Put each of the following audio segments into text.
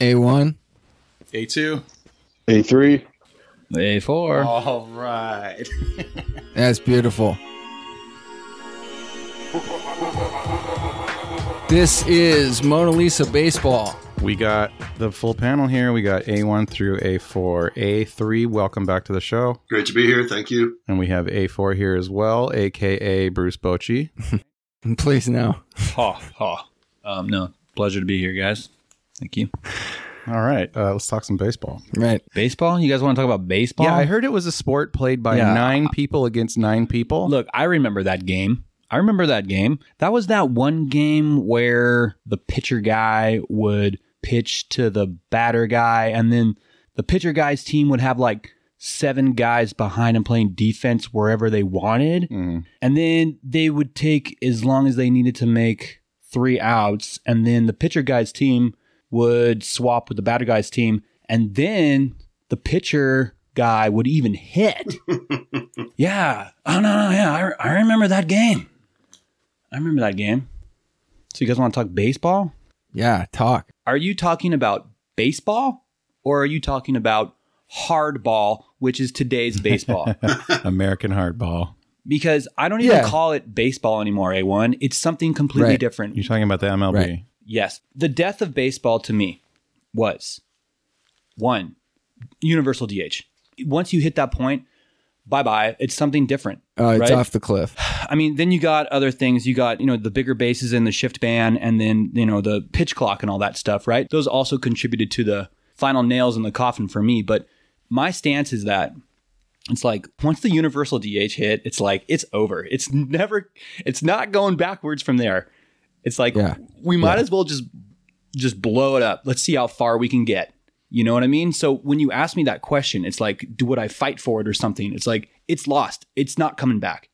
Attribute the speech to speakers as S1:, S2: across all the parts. S1: A1,
S2: A2.
S3: A3.
S1: A4.
S2: All right.
S1: That's beautiful. This is Mona Lisa Baseball.
S2: We got the full panel here. We got A1 through A4. A3, welcome back to the show.
S4: Great to be here. Thank you.
S2: And we have A4 here as well, aka Bruce Bochy.
S1: Please, no.
S5: Ha ha. Um, no, pleasure to be here, guys. Thank you.
S2: All right, uh, let's talk some baseball.
S1: Right.
S5: Baseball? You guys want to talk about baseball?
S2: Yeah, I heard it was a sport played by
S5: Yeah.
S2: nine people against nine people.
S5: Look, I remember that game. I remember that game. That was that one game where the pitcher guy would pitch to the batter guy, and then the pitcher guy's team would have like seven guys behind him playing defense wherever they wanted.
S2: Mm.
S5: And then they would take as long as they needed to make three outs. And then the pitcher guy's team would swap with the batter guy's team. And then the pitcher guy would even hit. yeah. Oh, no, no. Yeah. I, re- I remember that game. I remember that game. So, you guys want to talk baseball?
S1: Yeah, talk.
S5: Are you talking about baseball or are you talking about hardball, which is today's baseball?
S2: American hardball.
S5: because I don't even
S1: Yeah.
S5: call it baseball anymore, A1. It's something completely
S1: Right.
S5: different.
S2: You're talking about the MLB.
S1: Right.
S5: Yes. The death of baseball to me was one, universal DH. Once you hit that point, bye bye. It's something different.
S1: Uh, it's
S5: Right.
S1: off the cliff.
S5: I mean, then you got other things. You got, you know, the bigger bases and the shift ban and then, you know, the pitch clock and all that stuff, right? Those also contributed to the final nails in the coffin for me. But my stance is that it's like once the universal DH hit, it's like it's over. It's never it's not going backwards from there. It's like
S1: Yeah.
S5: we might as well just just blow it up. Let's see how far we can get. You know what I mean? So when you ask me that question, it's like, do would I fight for it or something? It's like it's lost. It's not coming back.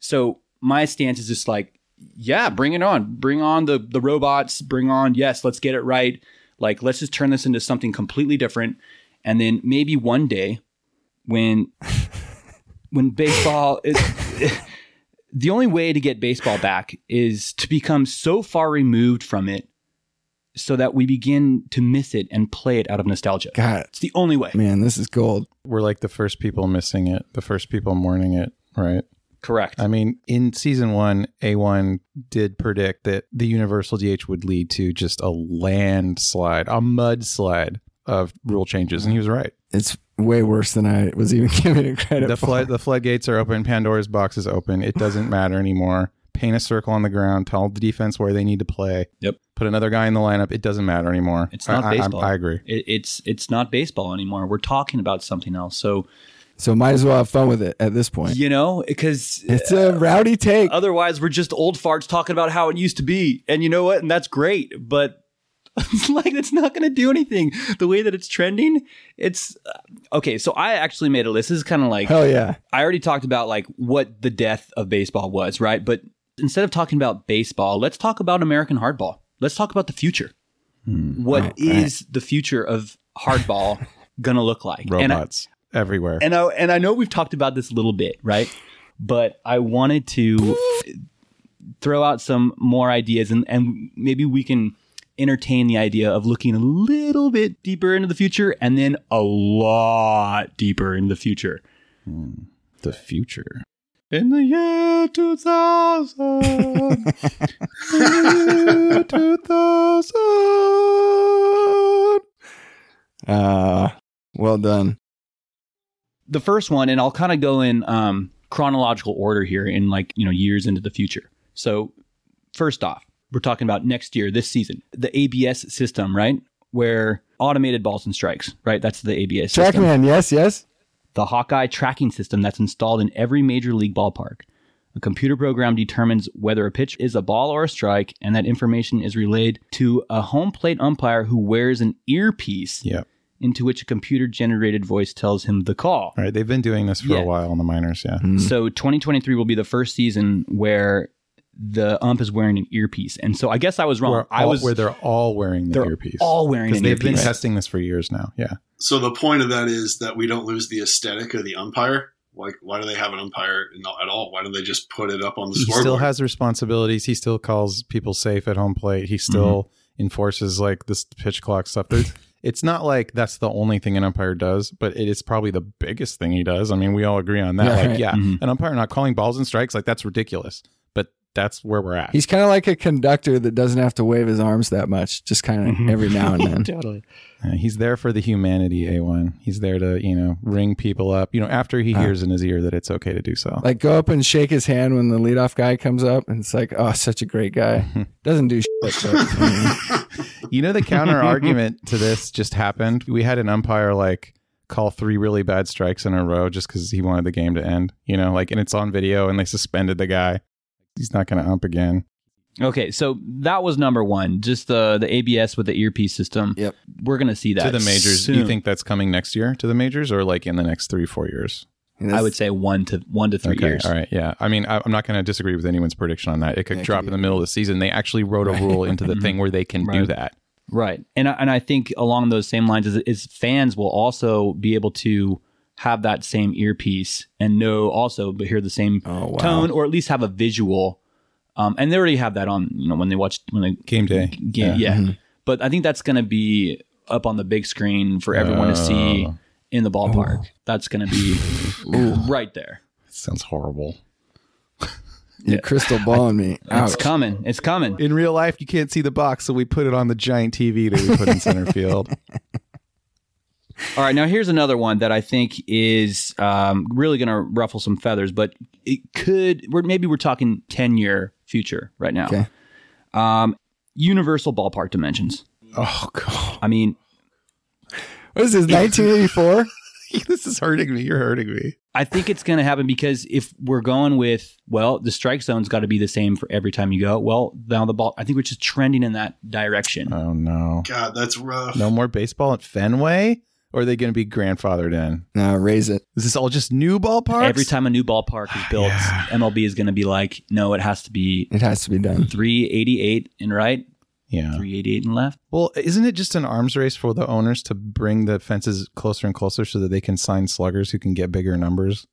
S5: So my stance is just like, yeah, bring it on. Bring on the the robots. Bring on yes, let's get it right. Like let's just turn this into something completely different, and then maybe one day when when baseball is the only way to get baseball back is to become so far removed from it so that we begin to miss it and play it out of nostalgia.
S1: God,
S5: It's the only way.
S1: man, this is gold.
S2: We're like the first people missing it, the first people mourning it, right?
S5: Correct.
S2: I mean, in season one, A1 did predict that the universal DH would lead to just a landslide, a mudslide of rule changes, and he was right.
S1: It's way worse than I was even giving it credit
S2: The
S1: for.
S2: flood, the floodgates are open, Pandora's box is open. It doesn't matter anymore. Paint a circle on the ground, tell the defense where they need to play.
S5: Yep.
S2: Put another guy in the lineup. It doesn't matter anymore.
S5: It's not
S2: I, I- I-
S5: baseball.
S2: I, agree.
S5: It, it's it's not baseball anymore. We're talking about something else. So
S1: so might as well have fun with it at this point.
S5: you know, because
S1: It's a rowdy take.
S5: otherwise we're just old farts talking about how it used to be. And you know what? And that's great, but like it's not going to do anything. The way that it's trending, it's uh, okay. So I actually made a list. This is kind of like
S1: Hell yeah.
S5: I already talked about like what the death of baseball was, right? But instead of talking about baseball, let's talk about American hardball. Let's talk about the future. What is the future of hardball gonna look like? And I,
S2: Robots everywhere.
S5: and I and I know we've talked about this a little bit, right? But I wanted to throw out some more ideas and, and maybe we can entertain the idea of looking a little bit deeper into the future and then a lot deeper in the future.
S2: the future.
S5: In the year 2000.
S1: Uh, well done.
S5: the first one, and I'll kind of go in um, chronological order here in like, you know, years into the future. So, first off, we're talking about next year, this season, the ABS system, right? Where automated balls and strikes, right? That's the ABS system.
S1: Trackman, yes, yes.
S5: The Hawkeye tracking system that's installed in every major league ballpark. A computer program determines whether a pitch is a ball or a strike, and that information is relayed to a home plate umpire who wears an earpiece
S2: Yeah.
S5: into which a computer generated voice tells him the call.
S2: All right. They've been doing this for
S5: Yeah.
S2: a while in the minors. Yeah.
S5: So 2023 will be the first season where the ump is wearing an earpiece, and so I guess I was wrong.
S2: Where,
S5: I
S2: all-
S5: was
S2: where they're all wearing the
S5: they're
S2: earpiece.
S5: all wearing
S2: because
S5: an
S2: they've been
S5: earpiece.
S2: testing this for years now. Yeah.
S4: So the point of that is that we don't lose the aesthetic of the umpire. Like, why do they have an umpire in- at all? Why don't they just put it up on the
S2: He still
S4: scoreboard?
S1: Mm-hmm.
S2: has responsibilities. He still calls people safe at home plate. He still enforces like this pitch clock stuff. There's, it's not like that's the only thing an umpire does, but it is probably the biggest thing he does. I mean, we all agree on that.
S1: Yeah,
S2: like,
S1: right. Mm-hmm.
S2: yeah,
S5: Mhm.
S2: an umpire not calling balls and strikes, like that's ridiculous. But that's where we're at.
S1: He's kind of like a conductor that doesn't have to wave his arms that much, just kind of
S5: Mhm.
S1: every now and then.
S5: totally.
S2: Uh, he's there for the humanity, A1. He's there to, you know, ring people up, you know, after he
S1: Uh.
S2: hears in his ear that it's okay to do so.
S1: Like go up and shake his hand when the leadoff guy comes up, and it's like, oh, such a great guy. Doesn't do shit. But,
S2: You know, the counter argument to this just happened. We had an umpire like call three really bad strikes in a row just because he wanted the game to end, you know, like, and it's on video and they suspended the guy. He's not going to ump again.
S5: Okay, so that was number one, just the the ABS with the earpiece system.
S1: Yep.
S5: we're gonna see that
S2: to the majors,
S5: soon.
S2: you think that's coming next year to the majors or like in the next three, four years?
S1: And
S5: I
S1: that's-
S5: would say one to one to three
S2: okay.
S5: years.
S2: All right. Yeah. I mean, I, I'm not going to disagree with anyone's prediction on that. It could
S1: Yeah, it could
S2: drop
S1: be-
S2: in the middle of the season. They actually wrote a
S1: Right.
S2: rule into the thing where they can do
S5: Right.
S2: that.
S5: Right. And I, and I think along those same lines is, is fans will also be able to have that same earpiece and know also but hear the same
S1: Oh, wow.
S5: tone or at least have a visual. Um, and they already have that on, you know, when they watch when they
S2: Game day.
S5: game, yeah.
S1: Mm-hmm.
S5: But I think that's going to be up on the big screen for everyone to see
S2: Oh.
S5: in the ballpark. That's going to be right there.
S2: Sounds horrible.
S1: You're crystal balling me.
S5: It's
S1: Ouch.
S5: coming. It's coming.
S2: In real life, you can't see the box, so we put it on the giant TV that we put in center field.
S5: All right, now here's another one that I think is um, really going to ruffle some feathers, but it could. We're, maybe we're talking ten year future right now.
S1: Okay.
S5: Um, universal ballpark dimensions.
S2: Oh god,
S5: I mean,
S1: What is this? 1984?
S2: this is hurting me. You're hurting me.
S5: I think it's going to happen because if we're going with well, the strike zone's got to be the same for every time you go. Well, now the ball. I think we're just trending in that direction.
S2: Oh no,
S4: God, that's rough.
S2: no more baseball at Fenway. Or are they going to be grandfathered in?
S1: no, raise it.
S2: Is this all just new ballparks?
S5: Every time a new ballpark is built,
S2: Yeah.
S5: MLB is going to be like, no, it has to be
S1: It has to be done.
S5: 388 and right,
S2: Yeah.
S5: 388 and left.
S2: Well, isn't it just an arms race for the owners to bring the fences closer and closer so that they can sign sluggers who can get bigger numbers?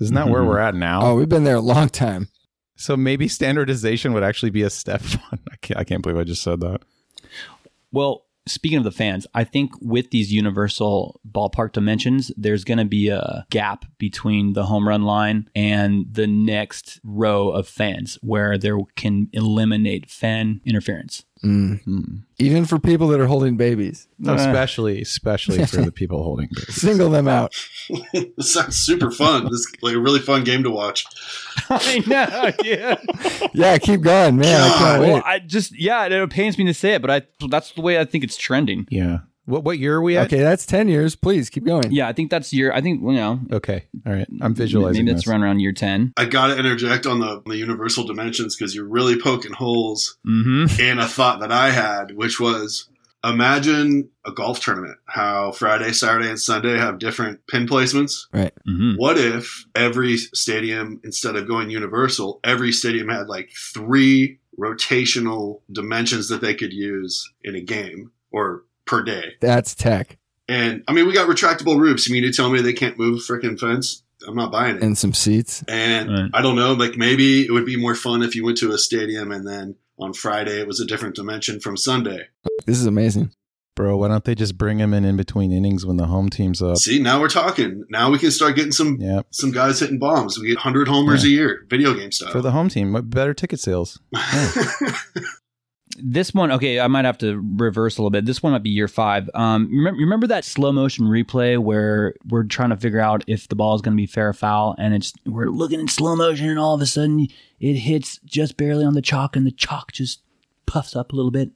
S2: Isn't that where
S5: Mhm.
S2: we're at now?
S1: Oh, we've been there a long time.
S2: So maybe standardization would actually be a step on. I can't, I can't believe I just said that.
S5: Well, speaking of the fans, I think with these universal ballpark dimensions, there's going to be a gap between the home run line and the next row of fans where there can eliminate fan interference.
S1: Mm.
S2: Hmm.
S1: Even for people that are holding babies,
S2: No,
S5: Uh.
S2: especially especially for the people holding babies.
S1: single them out.
S4: this sounds super fun. This is like a really fun game to watch.
S5: I know, yeah.
S1: Yeah, keep going, man. I can't
S5: well,
S1: wait.
S5: I just yeah, it, it pains me to say it, but I that's the way I think it's trending.
S2: Yeah. What what year are we at?
S1: Okay, that's 10 years. Please keep going.
S5: Yeah, I think that's your. I think you know.
S2: Okay. All right. I'm visualizing
S5: Maybe that's
S2: this.
S5: around around year ten.
S4: I got to interject on the, the universal dimensions because you're really poking holes
S5: Mm-hmm.
S4: in a thought that I had, which was imagine a golf tournament, how Friday, Saturday, and Sunday have different pin placements.
S5: Mm-hmm.
S2: Hmm.
S4: What if every stadium, instead of going universal, every stadium had like three rotational dimensions that they could use in a game or per day?
S1: That's tech
S4: And I mean, we got retractable roofs. You mean to tell me they can't move frickin' fence? I'm not buying it.
S1: and some seats.
S4: And
S5: Right.
S4: I don't know, like maybe it would be more fun if you went to a stadium and then on Friday it was a different dimension from Sunday.
S1: This is amazing.
S2: Bro, why don't they just bring him in in between innings when the home team's up?
S4: See, now we're talking. Now we can start getting some
S2: Yeah.
S4: some guys hitting bombs. We get 100 homers a year, video game style.
S2: For the home team, what better ticket sales.
S5: this one okay i might have to reverse a little bit this one might be year five um remember, remember that slow motion replay where we're trying to figure out if the ball is going to be fair or foul and it's we're looking in slow motion and all of a sudden it hits just barely on the chalk and the chalk just puffs up a little bit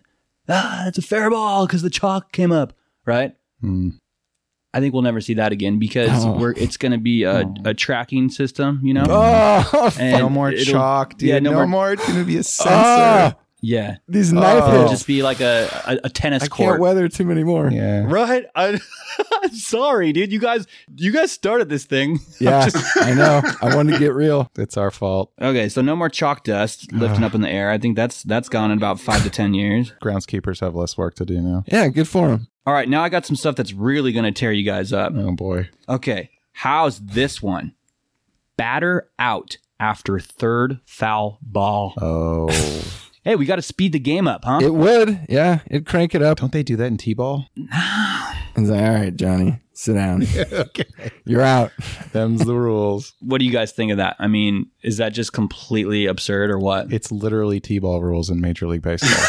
S5: ah it's a fair ball because the chalk came up right
S2: Hmm.
S5: i think we'll never see that again because
S1: Oh.
S5: we're it's going to be a,
S1: Oh.
S5: a tracking system you know
S1: Oh,
S5: And
S2: no more
S5: it'll-
S2: chalk, dude.
S5: yeah, no
S2: no,
S5: more-
S2: more. It's going to be a sensor.
S1: ah,
S5: yeah
S1: these knife
S2: Oh.
S5: it'll
S1: hits.
S5: just be like a a, a tennis
S1: I
S5: court
S1: can't weather too many more.
S2: Yeah.
S5: Right? I, I'm sorry, dude. You guys, you guys started this thing.
S1: Yeah, I know. I wanted to get real.
S2: It's our fault.
S5: Okay, so no more chalk dust lifting up in the air. I think that's that's gone in about five to ten years.
S2: Groundskeepers have less work to do now.
S1: Yeah, good for him.
S5: All right, now I got some stuff that's really gonna tear you guys up.
S2: Oh, boy.
S5: Okay, how's this one? Batter out after third foul ball.
S2: Oh.
S5: Hey, we got to speed the game up, huh?
S1: It would. Yeah. It'd crank it up.
S2: Don't they do that in T-ball?
S1: It's like, all right, Johnny, sit down. You're out.
S2: Them's the rules.
S5: what do you guys think of that? I mean, is that just completely absurd or what?
S2: It's literally T-ball rules in Major League Baseball.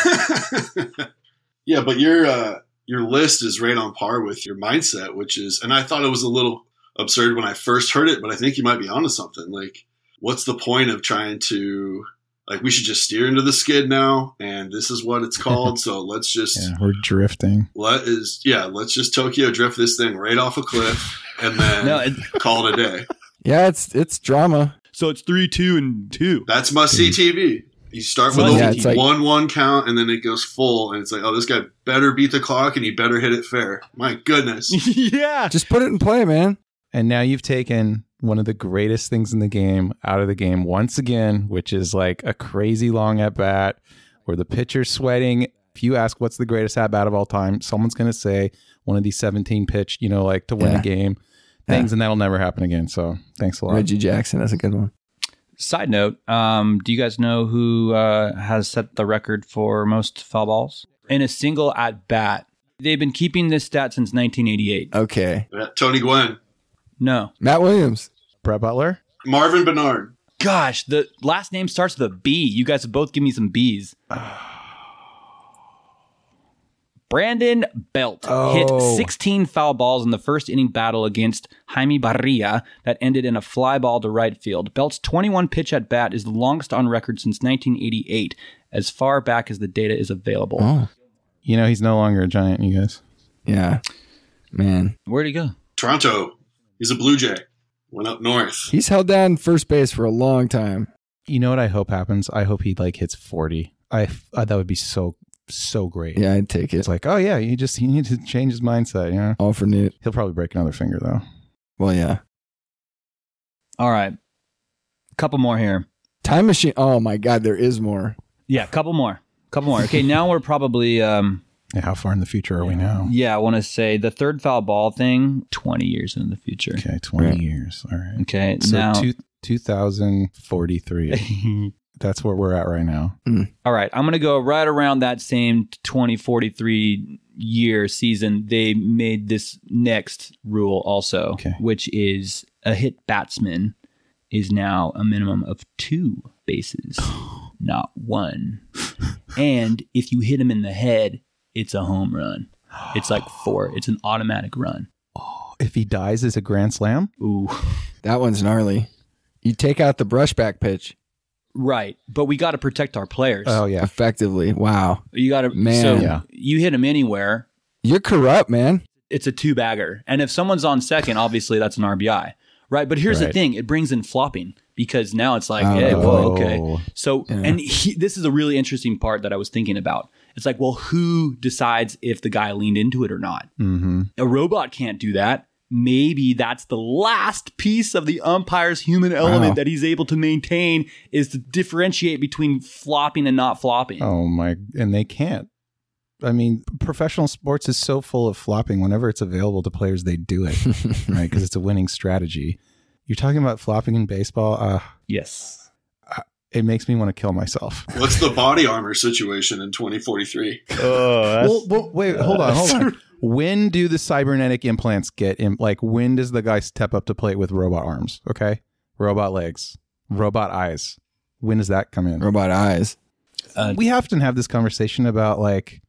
S4: yeah, but your uh, your list is right on par with your mindset, which is, and I thought it was a little absurd when I first heard it, but I think you might be onto something. Like, what's the point of trying to like we should just steer into the skid now, and this is what it's called. so let's just
S2: yeah, we're drifting.
S4: let is yeah, let's just Tokyo drift this thing right off a cliff, and then
S5: No, it,
S4: call it a day.
S1: Yeah, it's it's drama.
S5: so it's three, two, and two.
S4: That's must see TV. You start with
S5: Must
S4: a
S1: Yeah, it's like-
S4: one one count, and then it goes full, and it's like, oh, this guy better beat the clock, and he better hit it fair. My goodness.
S5: yeah.
S1: Just put it in play, man.
S2: And now you've taken one of the greatest things in the game out of the game once again, which is like a crazy long at bat where the pitcher's sweating. If you ask what's the greatest at bat of all time, someone's going to say one of these 17 pitch, you know, like to win
S1: Yeah.
S2: a game things, and that'll never happen again. So thanks a lot.
S1: Reggie Jackson, that's a good one.
S5: Side note: um, Do you guys know who uh, has set the record for most foul balls in a single at bat? They've been keeping this stat since 1988.
S1: Okay.
S4: Yeah, Tony Gwen,
S5: No,
S1: Matt Williams.
S2: Brett Butler?
S4: Marvin Bernard.
S5: gosh, the last name starts with a B. You guys both give me some B's. Brandon Belt
S2: Oh.
S5: hit 16 foul balls in the first inning battle against Jaime Barria that ended in a fly ball to right field. Belt's 21 pitch at bat is the longest on record since 1988, as far back as the data is available.
S1: Oh.
S2: You know, he's no longer a giant, you guys.
S1: Yeah. Man.
S5: Where'd he go?
S4: Toronto. He's a Blue Jay. Went up north.
S1: He's held down first base for a long time.
S2: You know what I hope happens? I hope he like hits 40. I, I that would be so, so great.
S1: Yeah, I'd take it.
S2: It's like, oh yeah, he just he needs to change his mindset, you know?
S1: All for Newt.
S2: He'll probably break another finger though.
S1: Well, yeah.
S5: All right. Couple more here.
S1: Time machine. Oh my God, there is more.
S5: Yeah, couple more. Couple more. Okay, now we're probably um
S2: Yeah, how far in the future are we now?
S5: Yeah, I want to say the third foul ball thing, 20 years into the future.
S2: Okay, 20
S1: Right.
S2: years. All right.
S5: Okay,
S2: So
S5: now.
S2: two, 2043. That's where we're at right now.
S5: all right, I'm going to go right around that same 2043 year season. They made this next rule also,
S2: Okay.
S5: which is a hit batsman is now a minimum of two bases, not one. and if you hit him in the head, it's a home run. It's like four. It's an automatic run.
S2: Oh, If he dies, it's a grand slam.
S5: Ooh.
S1: That one's gnarly. You take out the brushback pitch
S5: Right. But we got to protect our players.
S2: Oh, yeah.
S1: effectively. Wow.
S5: You got to
S1: Man.
S5: So
S2: Yeah.
S5: you hit him anywhere.
S1: You're corrupt, man.
S5: It's a two bagger, and if someone's on second, obviously that's an RBI, right? But here's the
S2: Right.
S5: thing: it brings in flopping because now it's like,
S1: Oh.
S5: hey, whoa, okay.
S2: Oh.
S5: So,
S1: Yeah.
S5: and he, this is a really interesting part that I was thinking about. It's like, well, who decides if the guy leaned into it or not?
S2: Mm-hmm.
S5: A robot can't do that. Maybe that's the last piece of the umpire's human element
S1: Wow.
S5: that he's able to maintain is to differentiate between flopping and not flopping.
S2: Oh, my. And they can't. I mean, professional sports is so full of flopping. Whenever it's available to players, they do it, right? Because it's a winning strategy. You're talking about flopping in baseball. Uh,
S5: Yes.
S2: it makes me want to kill myself.
S4: What's the body armor situation in 2043?
S2: well, well, wait, hold on, hold on. When do the cybernetic implants get in? Like, when does the guy step up to play it with robot arms? Okay, robot legs, robot eyes. When does that come in?
S1: Robot eyes.
S5: Uh,
S2: We often have this conversation about like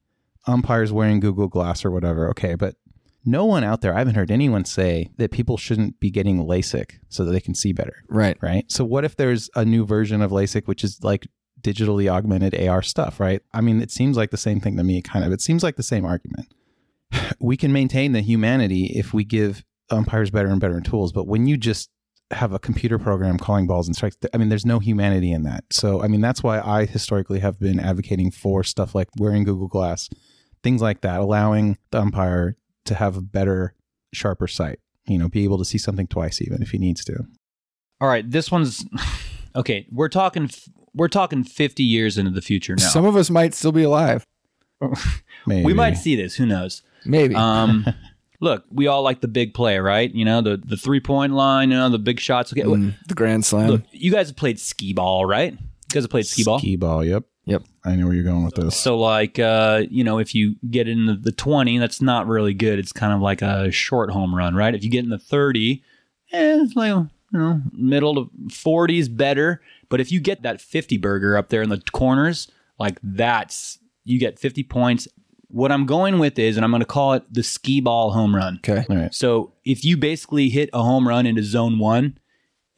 S2: umpires wearing Google Glass or whatever. Okay, but no one out there, I haven't heard anyone say that people shouldn't be getting LASIK so that they can see better,
S1: Right.
S2: right? So, what if there's a new version of LASIK which is like digitally augmented AR stuff, right? I mean, it seems like the same thing to me, kind of. It seems like the same argument we can maintain the humanity if we give umpires better and better tools. But when you just have a computer program calling balls and strikes, I mean, there's no humanity in that. So, I mean, that's why I historically have been advocating for stuff like wearing Google Glass, things like that, allowing the umpire to have a better, sharper sight. You know, be able to see something twice, even if he needs to.
S5: All right, this one's okay. We're talking we're talking 50 years into the future now.
S1: Some of us might still be alive.
S2: Maybe.
S5: we might see this. Who knows?
S1: Maybe.
S5: Um, look, we all like the big play, right? You know the the three point line. You know the big shots. Okay,
S1: Mm, the Grand Slam.
S5: look, you guys have played skee ball, right? You guys have played skee ball.
S2: Skee ball. Yep.
S1: Yep.
S2: I know where you're going with this.
S5: So like uh, you know, if you get in the, the twenty, that's not really good. It's kind of like a short home run, right? If you get in the thirty, eh, it's like you know, middle to forty is better. But if you get that fifty burger up there in the corners, like that's you get fifty points. What I'm going with is, and I'm going to call it the skee ball home run.
S1: Okay.
S2: All right.
S5: So if you basically hit a home run into zone one,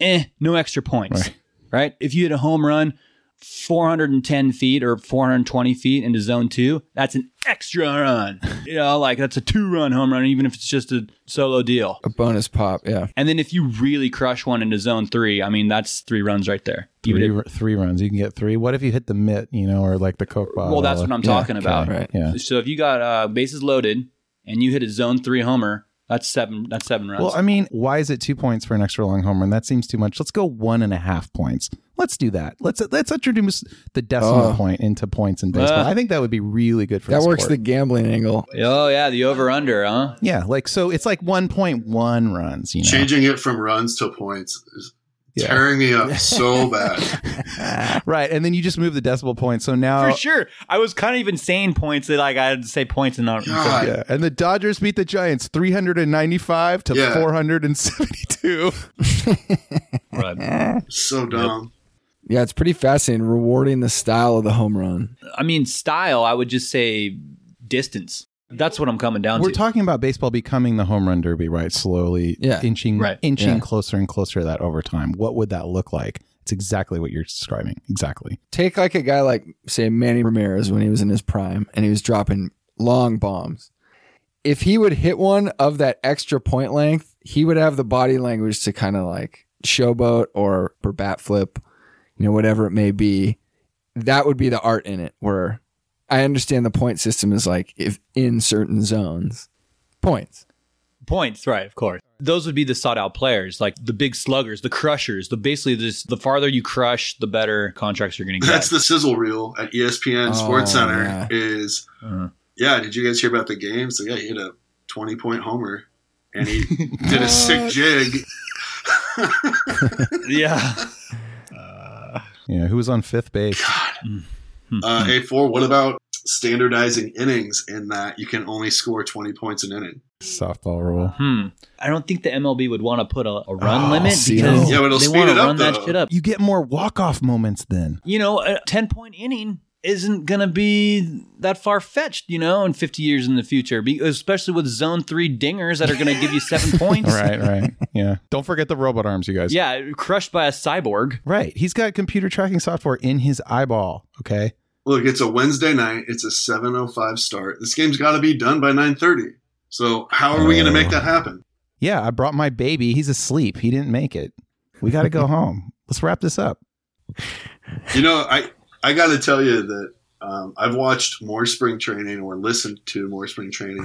S5: eh, no extra points,
S2: Right.
S5: right? If you hit a home run 410 feet or 420 feet into zone two, that's an extra run. you know, like that's a two run home run, even if it's just a solo deal.
S1: A bonus pop. Yeah.
S5: And then if you really crush one into zone three, I mean, that's three runs right there. Even
S2: Three,
S5: if-
S2: ru- three runs. You can get three. What if you hit the mitt, you know, or like the Coke bottle?
S5: well, that's what I'm
S2: Yeah,
S5: talking about.
S1: Right.
S2: Yeah.
S5: So if you got uh, bases loaded and you hit a zone three homer, that's seven. That's seven runs.
S2: Well, I mean, why is it two points for an extra long home run? That seems too much. Let's go one and a half points. Let's do that. Let's let's introduce the decimal
S1: Oh.
S2: point into points in baseball.
S5: Ah.
S2: I think that would be really good for
S1: That
S2: the
S1: works the
S2: sport.
S1: gambling angle.
S5: oh yeah, the over under, huh?
S2: yeah, like so it's like one point one runs. You know,
S4: Changing it from runs to points is
S2: Yeah.
S4: tearing me up so bad.
S2: right? And then you just move the decimal point. So now,
S5: For sure. I was kind of even saying points that like I had to say points and not.
S4: God.
S2: yeah. And the Dodgers beat the Giants three hundred and ninety-five to
S4: Yeah.
S2: four hundred and seventy-two.
S5: Right.
S4: So dumb.
S1: Yeah, it's pretty fascinating. Rewarding the style of the home run.
S5: I mean, style, I would just say distance. That's what I'm coming down
S2: We're
S5: to.
S2: talking about baseball becoming the home run derby, right? Slowly
S1: Yeah.
S2: inching
S5: Right.
S2: inching
S1: Yeah.
S2: closer and closer to that over time. What would that look like? It's exactly what you're describing. Exactly.
S1: Take like a guy like say Manny Ramirez when he was in his prime and he was dropping long bombs. If he would hit one of that extra point length, he would have the body language to kind of like showboat or, or bat flip, you know, whatever it may be. That would be the art in it where I understand the point system is like if in certain zones, points.
S5: points, right? Of course. Those would be the sought out players, like the big sluggers, the crushers, the basically this, the farther you crush, the better contracts you're going to get.
S4: That's the sizzle reel at E ESPN Sports
S1: Oh,
S4: Center.
S1: yeah.
S4: Is
S5: Uh-huh.
S4: yeah? Did you guys hear about the game? So yeah, he hit a twenty-point homer, and he did a sick jig.
S5: yeah.
S2: Yeah. Who was on fifth base?
S4: Uh, A4, what about standardizing innings in that you can only score 20 points an inning?
S2: Softball rule.
S5: Hmm. I don't think the MLB would want to put a, a run
S2: Oh,
S5: limit
S1: see,
S5: because
S4: Yeah, but it'll
S5: they
S4: speed
S5: want
S4: it
S5: to
S4: up,
S5: run that
S4: though.
S5: shit up.
S2: You get more walk-off moments then.
S5: you know, a 10 point inning isn't going to be that far fetched, you know, in 50 years in the future, be- especially with zone three dingers that are going to give you seven points.
S2: right. Right. Yeah. Don't forget the robot arms, you guys.
S5: Yeah, crushed by a cyborg.
S2: Right. He's got computer tracking software in his eyeball. Okay.
S4: Look, it's a Wednesday night. It's a 7.05 start. This game's got to be done by 9.30. So how are we going to
S1: Oh.
S4: make that happen?
S2: Yeah. I brought my baby. He's asleep. He didn't make it. We got to go home. Let's wrap this up.
S4: You know, I, I got to tell you that um, I've watched more spring training or listened to more spring training,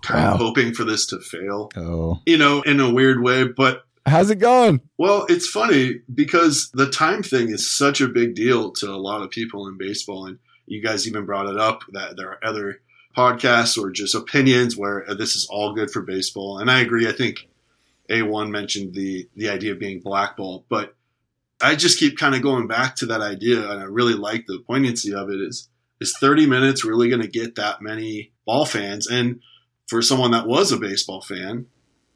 S4: kind
S1: Wow.
S4: of hoping for this to fail,
S2: Oh.
S4: you know, in a weird way. But
S1: How's it going?
S4: Well, it's funny because the time thing is such a big deal to a lot of people in baseball, and you guys even brought it up that there are other podcasts or just opinions where uh, this is all good for baseball, and I agree. I think A one mentioned the the idea of being blackballed, but I just keep kind of going back to that idea, and I really like the poignancy of it. Is is thirty minutes really going to get that many ball fans? And for someone that was a baseball fan,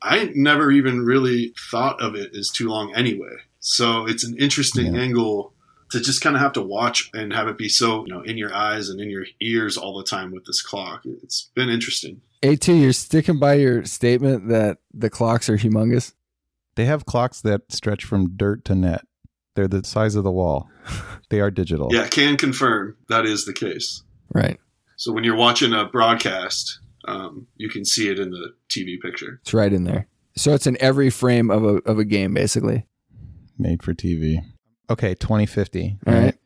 S4: I never even really thought of it as too long anyway. So it's an interesting
S2: Yeah.
S4: angle to just kind of have to watch and have it be so you know in your eyes and in your ears all the time with this clock. It's been interesting.
S1: A2, you're sticking by your statement that the clocks are humongous.
S2: They have clocks that stretch from dirt to net. They're the size of the wall. They are digital.
S4: Yeah, can confirm that is the case.
S1: Right.
S4: So when you're watching a broadcast, um, you can see it in the TV picture.
S1: It's right in there. So it's in every frame of a of a game, basically.
S2: Made for TV. Okay, 2050.
S1: All right.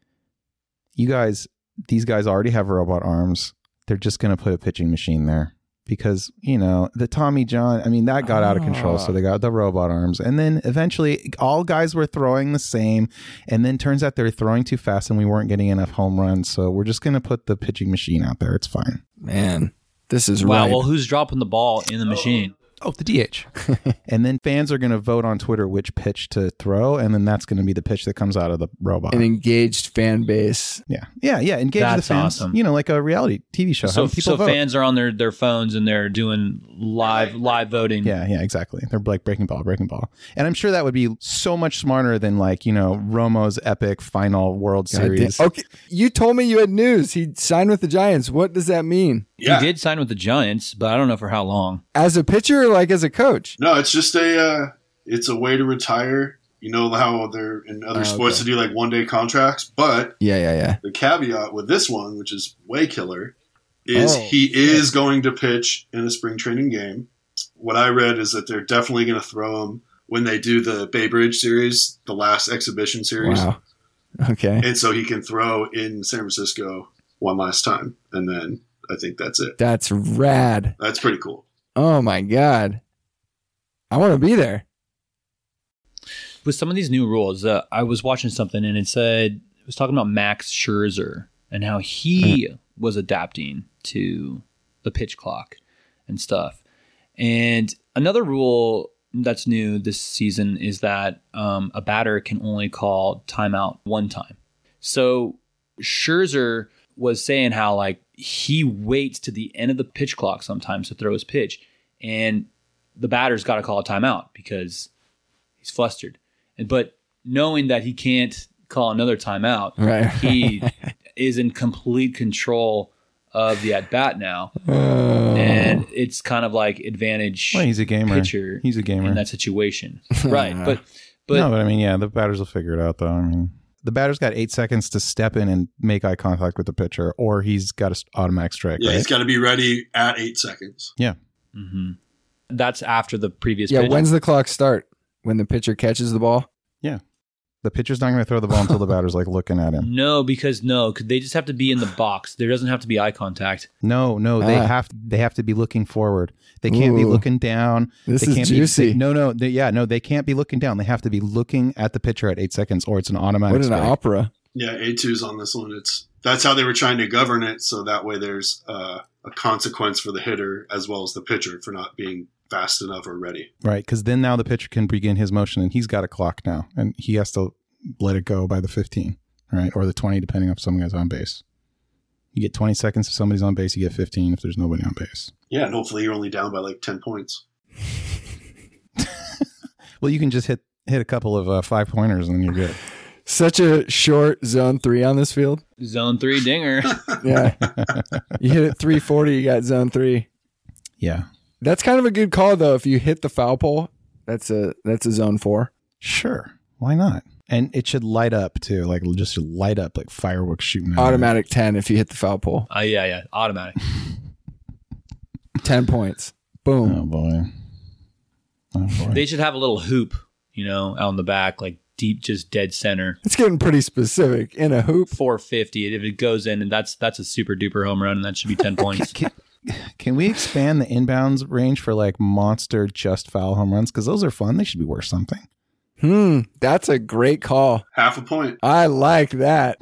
S2: You guys, these guys already have robot arms. They're just going to put a pitching machine there because, you know, the Tommy John, I mean, that got out of control.
S1: Ah.
S2: So they got the robot arms. And then eventually all guys were throwing the same. And then turns out they're throwing too fast and we weren't getting enough home runs. So we're just going to put the pitching machine out there. It's fine.
S1: Man, this is
S5: Wow,
S1: right.
S5: well, who's dropping the ball in the machine?
S2: Oh, the DH. and then fans are going to vote on Twitter which pitch to throw, and then that's going to be the pitch that comes out of the robot.
S1: An engaged fan base.
S2: yeah, yeah, yeah. Engage the
S5: That's
S2: fans.
S5: awesome.
S2: You know, like a reality TV show.
S5: So,
S2: Have people
S5: so
S2: vote.
S5: fans are on their, their phones and they're doing live live voting.
S2: Yeah, yeah, exactly. They're like breaking ball, breaking ball. And I'm sure that would be so much smarter than like, you know, Romo's epic final World
S1: God damn-
S2: Series.
S1: Okay, you told me you had news. He signed with the Giants. What does that mean?
S4: Yeah.
S5: He did sign with the Giants, but I don't know for how long.
S1: As a pitcher, or like as a coach?
S4: No, it's just a uh, it's a way to retire. You know how they're in other
S1: Oh,
S4: sports
S1: okay.
S4: to do like one day contracts, but
S1: Yeah, yeah, yeah.
S4: the caveat with this one, which is way killer, is
S1: Oh,
S4: he is going to pitch in a spring training game. What I read is that they're definitely going to throw him when they do the Bay Bridge series, the last exhibition series,
S1: Wow. Okay.
S4: and so he can throw in San Francisco one last time, and then I think that's it.
S1: That's rad.
S4: That's pretty cool.
S1: Oh my god. I want to be there.
S5: With some of these new rules, uh, I was watching something and it said it was talking about Max Scherzer and how
S2: Mm-hmm.
S5: he was adapting to the pitch clock and stuff. And another rule that's new this season is that um, a batter can only call timeout one time. So Scherzer was saying how like he waits to the end of the pitch clock sometimes to throw his pitch, and the batter's got to call a timeout because he's flustered. And but knowing that he can't call another timeout,
S1: Right.
S5: he is in complete control of the at bat now,
S1: Oh.
S5: and it's kind of like advantage
S2: Uh-huh. Well, he's a gamer.
S5: pitcher
S2: He's a gamer.
S5: in that situation, right? But but
S2: no, but I mean, yeah, the batters will figure it out, though. I mean, the batter's got eight seconds to step in and make eye contact with the pitcher, or he's got an automatic strike.
S4: Yeah,
S2: right?
S4: he's got to be ready at eight seconds.
S5: Mhm. that's after the previous.
S1: yeah,
S5: pitch.
S1: when's the clock start? When the pitcher catches the ball?
S2: the pitcher's not going to throw the ball until the batter's like looking at him.
S5: No, because no, 'cause they just have to be in the box. There doesn't have to be eye contact.
S2: No, no, they
S1: Ah.
S2: have they have to be looking forward. They can't be
S1: Ooh.
S2: looking down.
S1: This
S2: they
S1: is
S2: can't
S1: juicy.
S2: Be, no, no, they, yeah, no, they can't be looking down. They have to be looking at the pitcher at eight seconds, or it's an automatic
S1: what an
S2: strike.
S1: opera.
S4: Yeah, A2's on this one. It's that's how they were trying to govern it, so that way there's uh, a consequence for the hitter as well as the pitcher for not being fast enough or ready.
S2: Right, because then now the pitcher can begin his motion, and he's got a clock now, and he has to let it go by the fifteen, all right, or the twenty, depending on if some guy's on base. You get twenty seconds if somebody's on base. You get fifteen if there's nobody on base.
S4: Yeah, and hopefully you're only down by like ten points.
S2: Well, you can just hit hit a couple of uh, five pointers, and then you're good.
S1: Such a short zone three on this field.
S5: Zone three dinger.
S1: Yeah. you hit it 340, you got zone three.
S2: Yeah,
S1: That's kind of a good call though. If you hit the foul pole, that's a that's a zone four.
S2: sure, why not? And it should light up too, like just light up like fireworks shooting. out of it.
S1: Automatic ten if you hit the foul pole.
S5: Oh yeah, yeah, automatic.
S1: Ten points. Boom.
S2: Oh boy. Oh boy.
S5: They should have a little hoop, you know, out in the back, like deep, just dead center,
S1: It's getting pretty specific. In a hoop.
S5: four fifty. If it goes in, and that's that's a super duper home run, and that should be ten points.
S2: Can we expand the inbounds range for like monster just foul home runs? Because those are fun. They should be worth something.
S1: Hmm. That's a great call.
S4: Half a point.
S1: I like that.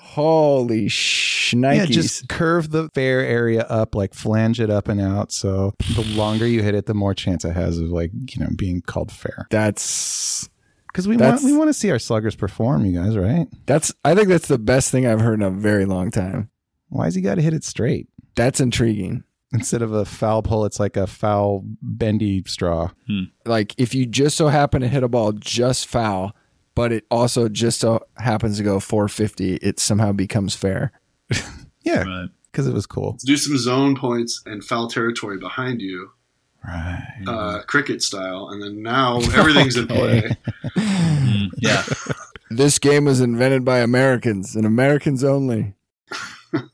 S1: Holy shnikes.
S2: Yeah, just curve the fair area up, like flange it up and out. So the longer you hit it, the more chance it has of like you know being called fair.
S1: that's
S2: Because we
S1: That's-
S2: want we want to see our sluggers perform, you guys, right?
S1: that's I think that's the best thing I've heard in a very long time.
S2: Why has he got to hit it straight
S1: That's intriguing.
S2: instead of a foul pole? It's like a foul bendy straw.
S1: Like if you just so happen to hit a ball just foul, but it also just so happens to go 450, it somehow becomes fair.
S2: Yeah,
S5: Right.
S2: because it was cool.
S4: Let's do some zone points and foul territory behind you,
S2: Right.
S4: uh, cricket style, and then now everything's in play.
S5: Mm, yeah,
S1: This game was invented by Americans and Americans only.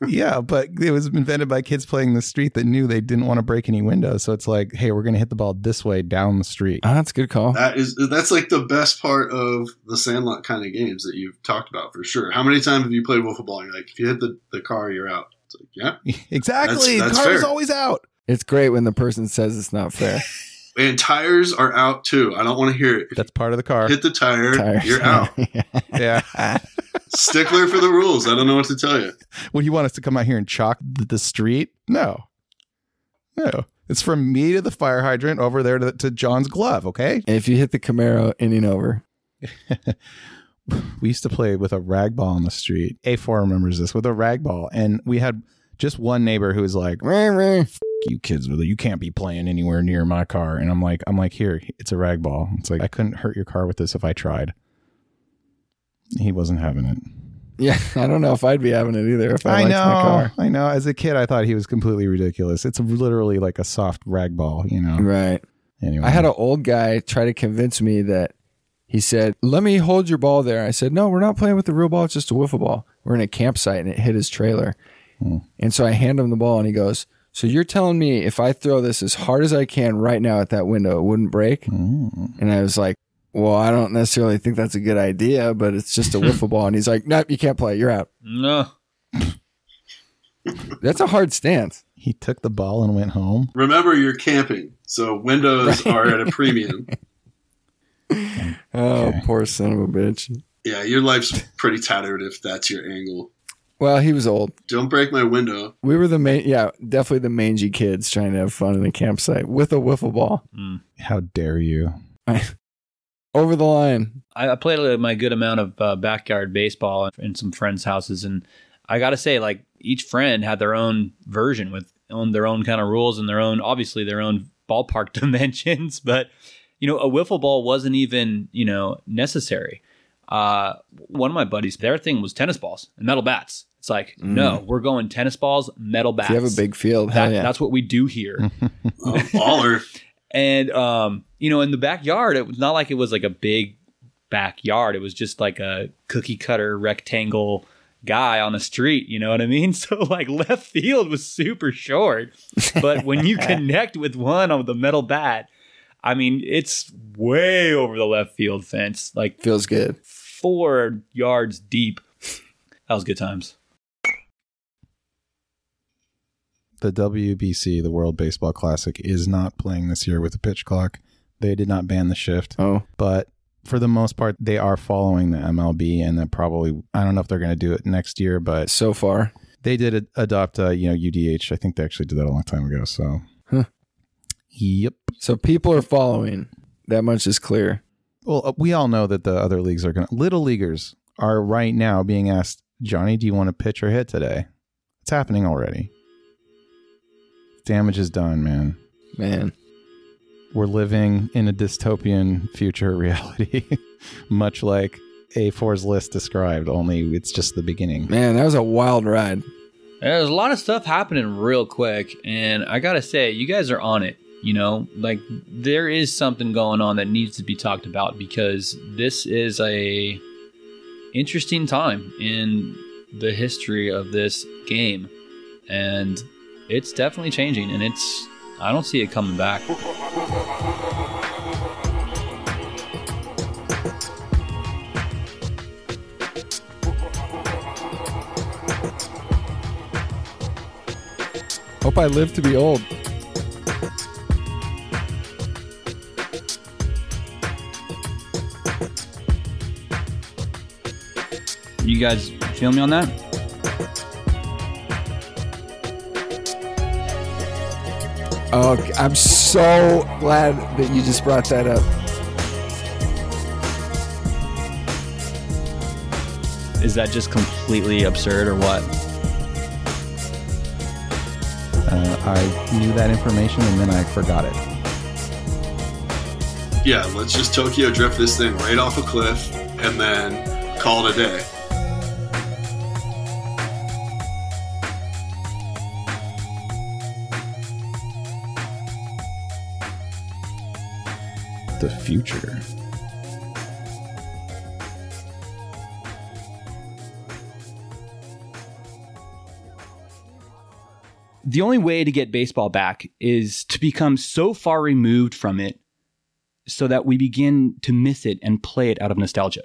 S2: yeah, but it was invented by kids playing the street that knew they didn't want to break any windows. So it's like, hey, we're going to hit the ball this way down the street.
S1: Oh, that's a good call.
S4: That is that's like the best part of the Sandlot kind of games that you've talked about for sure. How many times have you played wiffle ball? And you're like, if you hit the, the car, you're out. It's like, yeah.
S2: exactly.
S4: That's- that's
S2: Car was
S4: fair.
S2: always out.
S1: It's great when the person says it's not fair.
S4: And tires are out too. I don't want to hear it. If
S2: That's part of the car.
S4: you hit the tire,
S1: Tires.
S4: you're out.
S2: yeah.
S4: Stickler for the rules. I don't know what to tell you.
S2: Would you want us to come out here and chalk th- the street? No. No. It's from me to the fire hydrant over there to, to John's glove. Okay.
S1: If you hit the Camaro in and over,
S2: we used to play with a rag ball on the street. A4 remembers this with a rag ball. And we had just one neighbor who was like, "F-
S1: meh, meh.
S2: you kids with it. You can't be playing anywhere near my car. And I'm like, I'm like, here, it's a rag ball. It's like, I couldn't hurt your car with this if I tried. He wasn't having it.
S1: yeah, I don't know if I'd be having it either if I,
S2: I
S1: liked
S2: know.
S1: my car.
S2: I know. As a kid, I thought he was completely ridiculous. It's literally like a soft rag ball, you know.
S1: Right.
S2: Anyway,
S1: I had an old guy try to convince me that he said, "Let me hold your ball there." I said, "No, we're not playing with the real ball. It's just a wiffle ball. We're in a campsite, and it hit his trailer." And so I hand him the ball, and he goes, "So you're telling me if I throw this as hard as I can right now at that window, it wouldn't break?"
S2: Mm.
S1: And I was like, "Well, I don't necessarily think that's a good idea, but it's just a wiffle ball." And he's like, "Nope, you can't play. You're out."
S5: No.
S1: That's a hard stance.
S2: He took the ball and went home.
S4: Remember, you're camping, so windows are at a premium.
S1: Oh,
S2: Okay.
S1: poor son of a bitch.
S4: Yeah, your life's pretty tattered if that's your angle.
S1: Well, he was old.
S4: Don't break my window.
S1: We were the main, yeah, definitely the mangy kids trying to have fun in a campsite with a wiffle ball
S5: Mm.
S2: How dare you?
S1: over the line.
S5: I, I played a, my good amount of uh, backyard baseball in some friends' houses, and I gotta say, like each friend had their own version with on their own kind of rules and their own, obviously their own ballpark dimensions. But you know, a wiffle ball wasn't even you know necessary. Uh, one of my buddies, their thing was tennis balls and metal bats. It's like, no, we're going tennis balls, metal bats.
S1: Mm. If you have a big field, hell
S5: That-
S1: yeah.
S5: That's what we do here.
S4: Oh, baller.
S5: And um, you know, in the backyard, it was not like it was like a big backyard. It was just like a cookie cutter rectangle guy on a street, you know what I mean? So like left field was super short. But when you connect with one on the metal bat, I mean, it's way over the left field fence, like
S1: Feels good.
S5: four yards deep. That was good times.
S2: The WBC, the World Baseball Classic, is not playing this year with a pitch clock. They did not ban the shift,
S1: Oh,
S2: but for the most part, they are following the MLB, and that probably I don't know if they're going to do it next year, but
S1: so far.
S2: they did ad- adopt uh, you know UDH. I think they actually did that a long time ago. So,
S1: Huh.
S2: yep.
S1: So people are following. That much is clear.
S2: Well, uh, we all know that the other leagues are going to, little leaguers are right now being asked, Johnny, do you want to pitch or hit today? It's happening already. Damage is done, man.
S1: Man,
S2: We're living in a dystopian future reality, much like A4's list described, only it's just the beginning.
S1: man, that was a wild ride.
S5: There's a lot of stuff happening real quick, and I gotta say, you guys are on it. You know, like there is something going on that needs to be talked about because this is a interesting time in the history of this game, and it's definitely changing, and it's I don't see it coming back.
S1: Hope I live to be old.
S5: You guys feel me on that?
S1: Oh, I'm so glad that you just brought that up.
S5: Is that just completely absurd or what?
S2: Uh, I knew that information and then I forgot it.
S4: Yeah, let's just Tokyo drift this thing right off a cliff and then call it a day.
S2: The future.
S5: the only way to get baseball back is to become so far removed from it so that we begin to miss it and play it out of nostalgia.